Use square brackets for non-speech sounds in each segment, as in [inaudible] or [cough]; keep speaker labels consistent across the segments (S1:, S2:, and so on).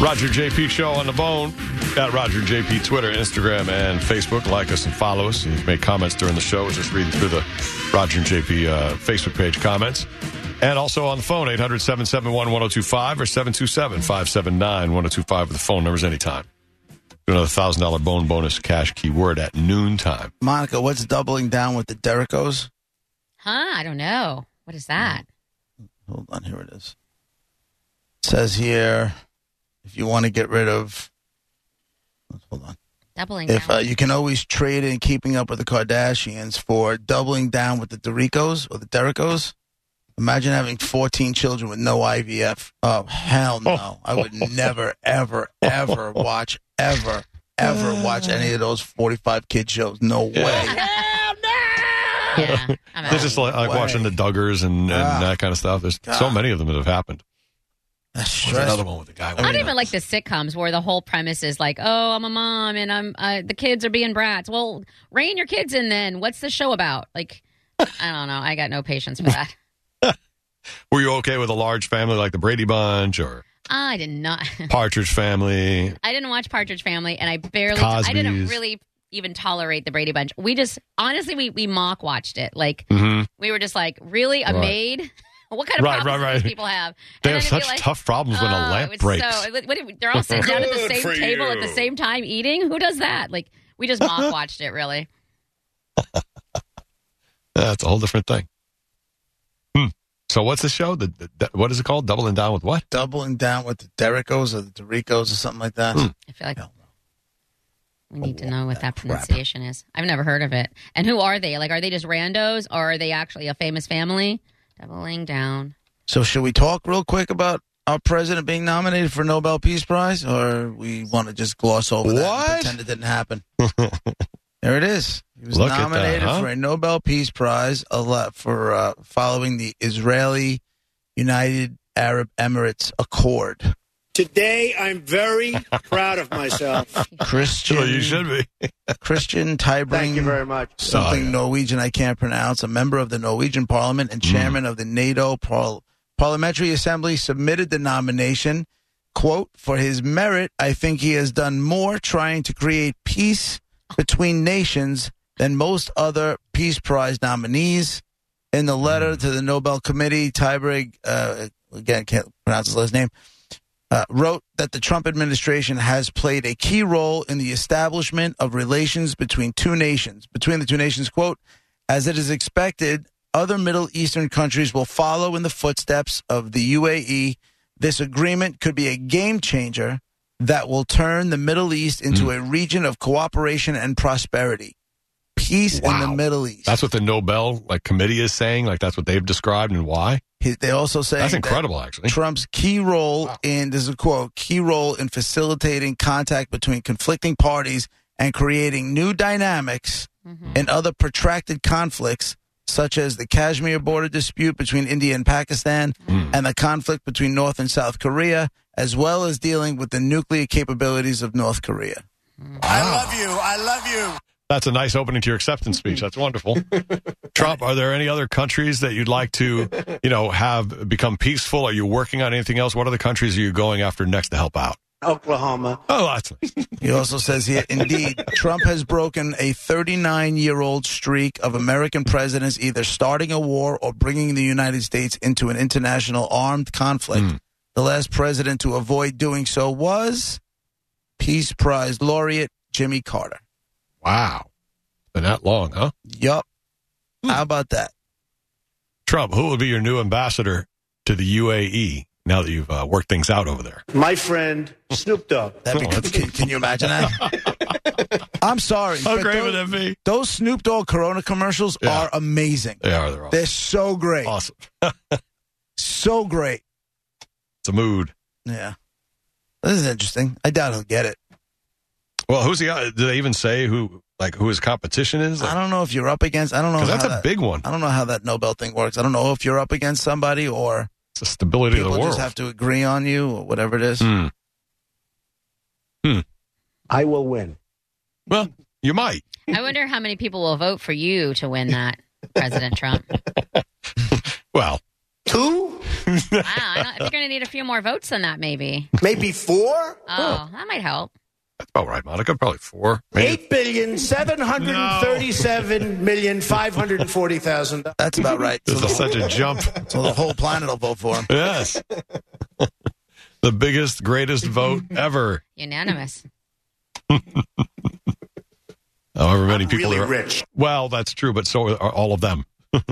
S1: Roger JP Show on the Bone at Roger JP Twitter, Instagram, and Facebook. Like us and follow us. You can make comments during the show. We're just reading through the Roger and JP uh, Facebook page comments. And also on the phone, 800 771 1025 or 727 579 1025 with the phone numbers anytime. Do another $1,000 bone bonus cash keyword at noontime.
S2: Monica, what's doubling down with the Derricos?
S3: Huh? I don't know. What is that?
S1: Mm.
S2: Hold on, here it is. It says here, if you want to get rid of, let's hold on.
S3: Doubling
S2: If
S3: down.
S2: uh, you can always trade in Keeping Up with the Kardashians for doubling down with the Derricos or the Derricos. Imagine having 14 children with no IVF. Oh, hell no. I would never, ever, ever watch, ever, ever watch any of those 45 kid shows. No way.
S3: yeah, I'm out.
S1: [laughs] This is like, like
S2: Way.
S1: watching the Duggars and, and
S2: Ah.
S1: that kind of stuff. There's so
S2: God.
S1: many of them that have happened.
S2: That's
S1: There's another
S2: stressful.
S1: one with a guy.
S3: I don't even like the sitcoms where the whole premise is like, "Oh, I'm a mom and I'm uh, the kids are being brats." Well, rein your kids in. Then what's the show about?
S1: [laughs]
S3: Like, I don't know. I got no patience for that.
S1: Were you okay with a large family like the Brady Bunch or
S3: I did not. [laughs]
S1: Partridge Family?
S3: I didn't watch Partridge Family, and I barely. I didn't
S1: Cosby's.
S3: really even tolerate the Brady Bunch. We just honestly we we mock watched it. Like
S1: Mm-hmm.
S3: we were just like, really a
S1: Right.
S3: maid? [laughs] what kind of
S1: Right,
S3: problems
S1: right,
S3: do
S1: right.
S3: these people have?
S1: They
S3: And
S1: have
S3: then it'd be
S1: such
S3: like,
S1: tough problems when a
S3: oh,
S1: lamp
S3: it's
S1: breaks.
S3: So, what- what- they're all sitting down at the
S4: Good
S3: same
S4: for
S3: table at the
S4: you.
S3: same time eating. Who does that? Like we
S1: [laughs]
S3: just mock watched it. Really,
S1: That's a whole different thing. Hmm. So what's the show? The, the- the- what is it called? Doubling down with what?
S2: Doubling down with the Derricos or the Derricos or something like
S1: Hmm.
S2: that.
S3: I feel like
S2: Hell no.
S3: we need to
S2: Oh,
S3: know what that
S2: that crap.
S3: pronunciation is. I've never heard of it. And who are they? Like, are they just randos, or are they actually a famous family? Doubling down.
S2: So, should we talk real quick about our president being nominated for Nobel Peace Prize, or we want to just gloss over that
S1: What?
S2: and pretend it
S1: [laughs]
S2: didn't happen? there it is. He was
S1: Look at that,
S2: nominated
S1: huh?
S2: for a Nobel Peace Prize a lot for uh, following the Israeli United Arab Emirates
S1: [laughs]
S2: Accord.
S4: Today, I'm very proud
S1: [laughs]
S4: of myself.
S2: Christian,
S1: Sure, you should be.
S2: Christian Tybring.
S4: Thank you very much.
S2: something
S1: Oh, yeah.
S2: Norwegian I can't pronounce, a member of the Norwegian Parliament
S1: Hmm.
S2: and chairman of the NATO Parl- Parliamentary Assembly, submitted the nomination. Quote, for his merit, I think he has done more trying to create peace between nations than most other Peace Prize nominees. In the letter to the Nobel Committee, Tybrig, uh, again, can't pronounce his last name, uh, wrote that the Trump administration has played a key role in the establishment of relations between two nations. Between the two nations, quote, as it is expected, other Middle Eastern countries will follow in the footsteps of the UAE. This agreement could be a game changer that will turn the Middle East into
S1: Hmm.
S2: a region of cooperation and prosperity. Peace in the
S1: Wow.
S2: Middle East.
S1: That's what the Nobel like committee is saying. Like that's what they've described and why.
S2: He- they also say
S1: That's incredible, actually.
S2: Trump's key role in this is a quote key role in facilitating contact between conflicting parties and creating new dynamics in other protracted conflicts such as the Kashmir border dispute between India and Pakistan and the conflict between North and South Korea as well as dealing with the nuclear capabilities of North Korea.
S4: I love you. I love you.
S1: That's a nice opening to your acceptance speech. That's
S3: [laughs]
S1: wonderful. Trump, are there any other countries that you'd like to, you know, have become peaceful? Are you working on anything else? What other countries are you going after next to help out?
S4: Oklahoma.
S1: Oh, that's nice.
S2: He also says here, indeed, Trump has broken a 39 year old streak of American presidents either starting a war or bringing the United States into an international armed conflict.
S1: Hmm.
S2: The last president to avoid doing so was Peace Prize laureate Jimmy Carter.
S1: Wow. Been that long, huh?
S2: Yup.
S1: Hmm.
S2: How about that?
S1: Trump, who will be your new ambassador to the UAE now that you've uh, worked things out over there?
S4: My friend Snoop Dogg.
S2: That'd be
S1: Oh, that's-
S2: can, can you imagine that?
S1: [laughs]
S2: I'm sorry. but those,
S1: be?
S2: those Snoop Dogg Corona commercials
S1: Yeah.
S2: are amazing.
S1: They are. They're awesome.
S2: They're so great.
S1: awesome.
S2: So great.
S1: It's a mood.
S2: Yeah. This is interesting. I doubt he'll get it.
S1: Well, who's the? Uh, do they even say who like who his competition is?
S2: I
S1: Because
S2: don't know if you're up against I don't know how
S1: that's a
S2: that,
S1: big one.
S2: I don't know how that Nobel thing works. I don't know if you're up against somebody or
S1: It's the stability of
S2: people
S1: the world.
S2: just have to agree on you or whatever it is.
S1: Hmm.
S4: I will win.
S1: Well, you might.
S3: I wonder how many people will
S1: [laughs]
S3: vote for you to win that, President Trump.
S1: Well,
S4: Two?
S3: Wow, I, don't, I think you're going to need a few more votes than that, maybe.
S4: Maybe four?
S3: Oh, that might help.
S1: All right, Monica, probably four. Maybe.
S4: Eight billion seven hundred and thirty-seven million five hundred and forty thousand.
S2: That's about right.
S1: [laughs]
S2: So
S1: This is
S2: the,
S1: such a
S2: [laughs]
S1: jump.
S2: so the whole planet will vote for him.
S1: [laughs] Yes. the biggest, greatest
S2: [laughs]
S1: vote ever.
S3: Unanimous.
S1: However many people
S4: Really
S1: are.
S4: rich.
S1: Well, that's true, but so are all of them. [laughs]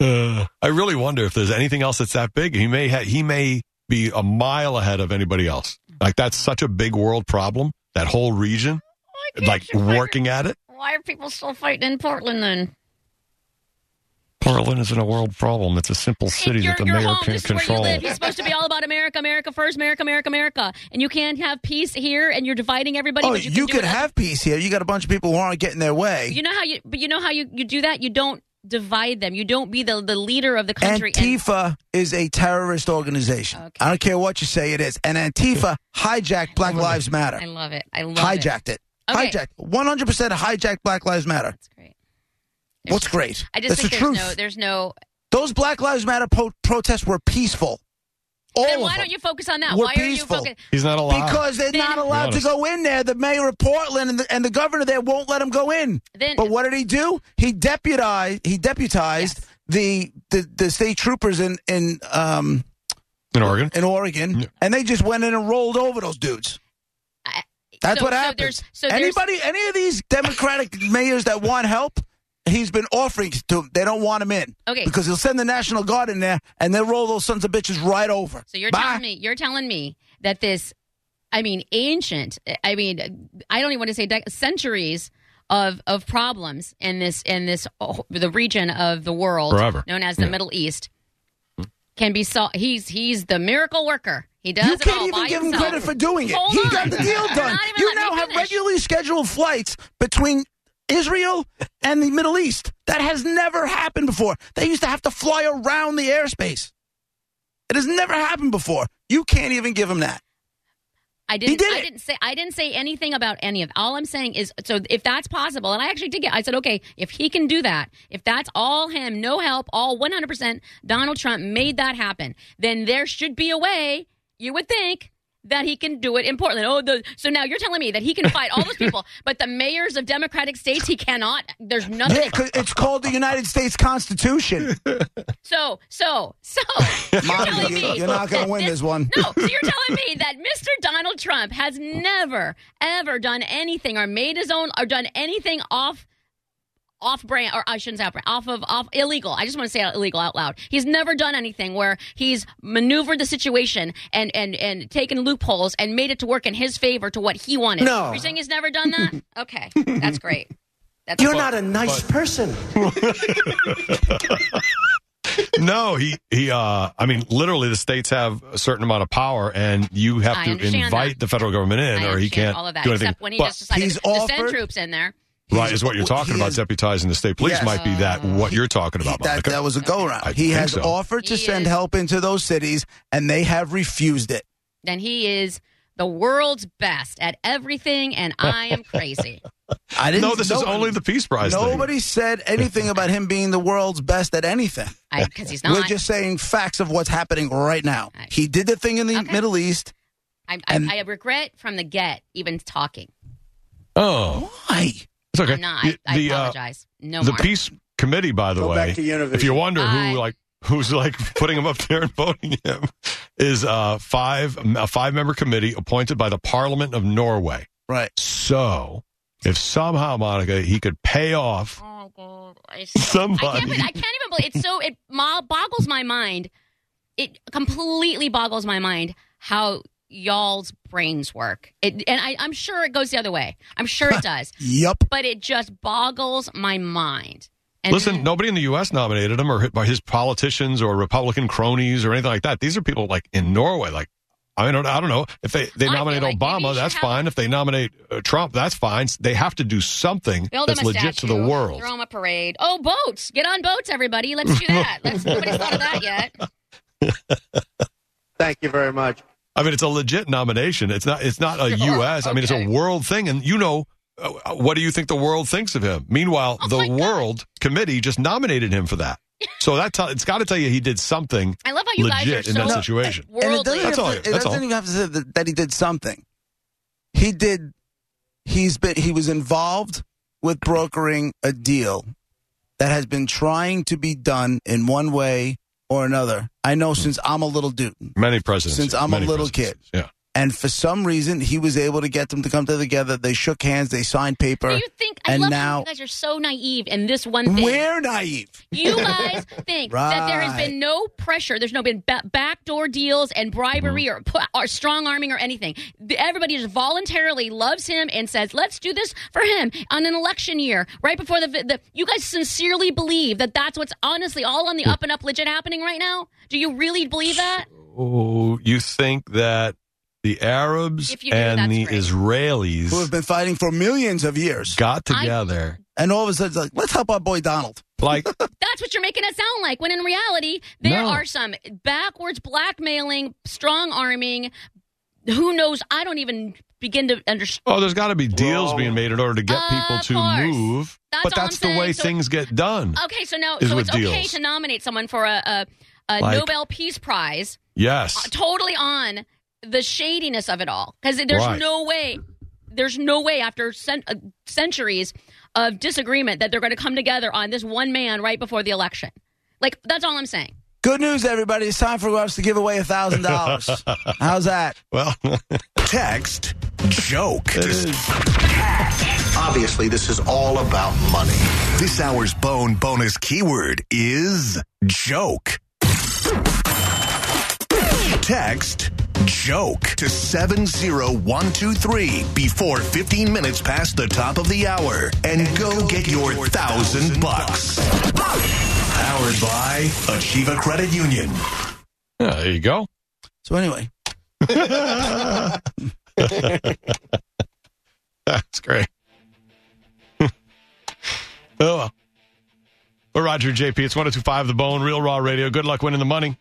S1: Uh, I really wonder if there's anything else that's that big. He may ha- he may be a mile ahead of anybody else. Like that's such a big world problem. That whole region,
S3: Why can't
S1: like
S3: you figure-
S1: working at it.
S3: Why are people still fighting in Portland then?
S1: Portland isn't a world problem. It's a simple city
S3: your,
S1: that the
S3: your
S1: mayor
S3: home,
S1: can
S3: this is
S1: control.
S3: Where you live. You're supposed to be all about America, America first, America, America, America. And you can't have peace here and you're dividing everybody.
S2: Oh,
S3: but you,
S2: you
S3: can do
S2: could
S3: it-
S2: have peace here. You got a bunch of people who aren't getting their way.
S3: You know how you but you know how you, you do that? You don't divide them. You don't be the, the leader of the country and
S2: Antifa is a terrorist organization.
S3: Okay.
S2: I don't care what you say it is. And Antifa hijacked Black Lives Matter.
S3: I love it. I love it.
S2: Hijacked it.
S3: Okay.
S2: Hijacked. 100% hijacked Black Lives Matter.
S3: That's great. There's-
S2: What's great?
S3: I just
S2: That's
S3: think
S2: the
S3: there's
S2: truth.
S3: no there's no
S2: Those Black Lives Matter po- protests were peaceful. All
S3: then
S2: of
S3: why
S2: them.
S3: don't you focus on that?
S2: We're
S3: why
S2: peaceful.
S3: are you focused
S1: He's not allowed.
S2: because they're
S3: Then-
S2: not allowed to
S1: Be honest.
S2: go in there. The mayor of Portland and the, and the governor there won't let them go in.
S3: then
S2: But what did he do? He deputized. He deputized the, the the state troopers in in um
S1: in Oregon,
S2: in Oregon, and they just went in and rolled over those dudes.
S3: I-
S2: That's
S3: so-
S2: what
S3: so
S2: happens.
S3: there's- so there's-
S2: Anybody, any of these Democratic mayors that want help, he's been offering to them. They don't want him in.
S3: Okay.
S2: Because he'll send the National Guard in there, and they'll roll those sons of bitches right over.
S3: So you're
S2: Bye.
S3: telling me you're telling me that this, I mean, ancient. I mean, I don't even want to say dec- centuries of of problems in this in this oh, the region of the world
S1: Forever.
S3: known as the Middle East
S2: Hmm?
S3: can be solved. He's he's the miracle worker. He does.
S2: You
S3: it
S2: can't
S3: all
S2: even
S3: by
S2: give him
S3: himself.
S2: credit for doing it.
S3: Hold
S2: he
S3: on.
S2: got the
S3: [laughs]
S2: deal
S3: You're
S2: done.
S3: not even
S2: You
S3: letting
S2: now
S3: me
S2: have
S3: finish.
S2: regularly scheduled flights between Israel and the Middle East. That has never happened before. They used to have to fly around the airspace. It has never happened before. You can't even give him that.
S3: I didn't.
S2: did
S3: I
S2: it.
S3: didn't say. I didn't say anything about any of. All I'm saying is, so if that's possible, and I actually did get. I said, okay, if he can do that, if that's all him, no help, all 100. percent Donald Trump made that happen. Then there should be a way. You would think that he can do it in Portland. Oh, the, so now you're telling me that he can fight all
S2: [laughs]
S3: those people, but the mayors of Democratic states he cannot. There's nothing.
S2: Yeah, 'cause it's called the United States Constitution.
S3: So, so,
S2: [laughs]
S3: so. [laughs] You're telling
S2: you-
S3: me
S2: you're not gonna
S3: that [laughs]
S2: win this one.
S3: No, so you're telling me that Mr. Donald Trump has never, ever done anything or made his own or done anything off. Off brand, or I shouldn't say off brand, off of off illegal. I just want to say illegal out loud. He's never done anything where he's maneuvered the situation and and and taken loopholes and made it to work in his favor to what he wanted.
S4: No.
S3: you're saying he's never done that. Okay, that's great. That's
S4: You're not a nice person.
S1: no, he he. Uh, I mean, literally, the states have a certain amount of power, and you have
S3: I
S1: to
S3: understand
S1: invite
S3: that.
S1: the federal government in,
S3: I
S1: or he
S3: understand
S1: can't
S3: all of that,
S1: do anything.
S3: except when he
S1: But-
S3: just decided
S2: he's
S3: to send
S2: offered-
S3: troops in there.
S1: right is what you're talking
S2: he
S1: about.
S2: is-
S1: deputizing the state police
S2: Yes.
S1: might be that what you're talking about,
S2: that,
S1: Monica.
S2: that was a go around.
S1: I
S2: He
S1: think
S2: has
S1: so.
S2: offered to
S3: He
S2: send
S3: is-
S2: help into those cities, and they have refused it.
S3: then he is the world's best at everything, and
S1: [laughs]
S3: I am crazy.
S2: I didn't.
S1: no, this is only the Peace Prize. thing.
S2: Nobody said anything about him being the world's best at anything.
S3: Because he's
S2: We're
S3: not.
S2: just saying facts of what's happening right now.
S3: Right.
S2: He did the thing in the
S3: Okay.
S2: Middle East.
S3: I, I,
S2: and-
S3: I regret from the get even talking.
S1: Oh,
S2: Why?
S1: it's okay.
S3: I'm not. I, I
S1: the uh,
S3: apologize. No
S1: the
S3: more.
S1: Peace Committee, by the
S4: Go
S1: way,
S4: back to Univision.
S1: if you wonder
S3: Bye.
S1: who like who's like [laughs] putting him up there and voting him, is uh, five a five member committee appointed by the Parliament of Norway.
S2: Right.
S1: So, if somehow Monica he could pay off
S3: Oh, God. I, I,
S1: somebody,
S3: can't, be- I can't even believe it's so. It mo- boggles my mind. It completely boggles my mind how y'all's brains work. It, and I, I'm sure it goes the other way. I'm sure
S1: [laughs]
S3: it does.
S2: Yup.
S3: But it just boggles my mind. And
S1: listen, nobody in the U.S. nominated him or hit by his politicians or Republican cronies or anything like that. These are people like in Norway, like. I don't. I don't know if they, they
S3: I feel
S1: nominate
S3: like maybe you
S1: Obama,
S3: should
S1: that's
S3: have-
S1: fine. If they nominate uh, Trump, that's fine. They have to do something
S3: Build
S1: that's
S3: him a
S1: legit
S3: statue,
S1: to the world.
S3: Throw him a parade. Oh, boats! Get on boats, everybody. Let's
S1: [laughs]
S3: do that. Let's, nobody's thought of that yet.
S4: Thank you very much.
S1: I mean, it's a legit nomination. It's not. It's not a
S3: Sure,
S1: U.S. I mean, it's a
S3: okay.
S1: world thing, and you know, uh, what do you think the world thinks of him? Meanwhile,
S3: Oh,
S1: the
S3: my God.
S1: World Committee just nominated him for that. So that tell it's got to tell you he did something
S3: I love how you
S1: legit
S3: guys are
S1: in
S3: so
S1: that
S3: [laughs]
S1: situation.
S2: And
S3: worldly.
S2: it doesn't,
S1: That's
S2: have
S1: all
S2: to,
S1: you-
S2: it
S1: that's
S2: doesn't
S1: all.
S2: even have to say that, that he did something. He did. He's been. He was involved with brokering a deal that has been trying to be done in one way or another. I know since I'm a little dude,
S1: Many presidents.
S2: Since I'm a
S1: many
S2: little
S1: presidencies. Yeah.
S2: and for some reason he was able to get them to come together. They shook hands. They signed paper.
S3: Do you think I
S2: And
S3: love how
S2: now-
S3: you guys are so naive in this one thing?
S2: We're naive.
S3: You guys think that there has been no pressure. There's no been ba- backdoor deals and bribery or pu- or strong arming or anything. The- Everybody just voluntarily loves him and says, "Let's do this for him on an election year, right before the, the." You guys sincerely believe that that's what's honestly all on the up and up, legit happening right now. Do you really believe that?
S1: Oh, you think that the Arabs
S3: If you do,
S1: and
S3: that's
S1: the
S3: great.
S1: Israelis
S2: Who have been fighting for millions of years,
S1: got
S3: I- [laughs]
S1: together?
S2: and all of a sudden, it's like let's help our boy Donald.
S1: like
S3: That's what you're making it sound like. When in reality, there
S1: No.
S3: are some backwards blackmailing, strong arming. Who knows? I don't even begin to understand.
S1: Oh, there's got to be deals being made in order to get
S3: Uh, Of
S1: people to
S3: course.
S1: move.
S3: That's
S1: but
S3: all I'm
S1: that's the way
S3: saying. So- uh,
S1: things get done.
S3: Okay, so now,
S1: Is
S3: so
S1: with
S3: it's okay
S1: deals.
S3: to nominate someone for a, a, a
S1: Like-
S3: Nobel Peace Prize, uh,
S1: yes.
S3: totally on the shadiness of it all, because there's
S1: Right.
S3: no way, there's no way after cen- uh, centuries of disagreement that they're going to come together on this one man right before the election. Like that's all I'm saying.
S2: Good news, everybody. It's time for us to give
S1: [laughs]
S2: away $1,000. How's that?
S1: Well,
S5: Text joke.
S6: Obviously, this is all about money.
S5: This hour's bone bonus keyword is joke. Text joke to 70123 before 15 minutes past the top of the hour and, go, get, your, thousand bucks. Powered by Achieva Credit Union.
S1: yeah, there you go.
S2: So, anyway,
S1: That's great. [laughs] oh, well. But Roger JP, it's 1025 The Bone, Real Raw Radio. Good luck winning the money.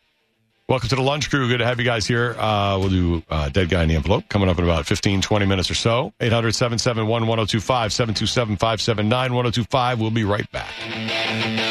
S1: Welcome to the lunch crew. Good to have you guys here. Uh, we'll do uh, Dead Guy in the Envelope coming up in about 15, 20 minutes or so. 800 771 1025 727 579 1025. We'll be right back.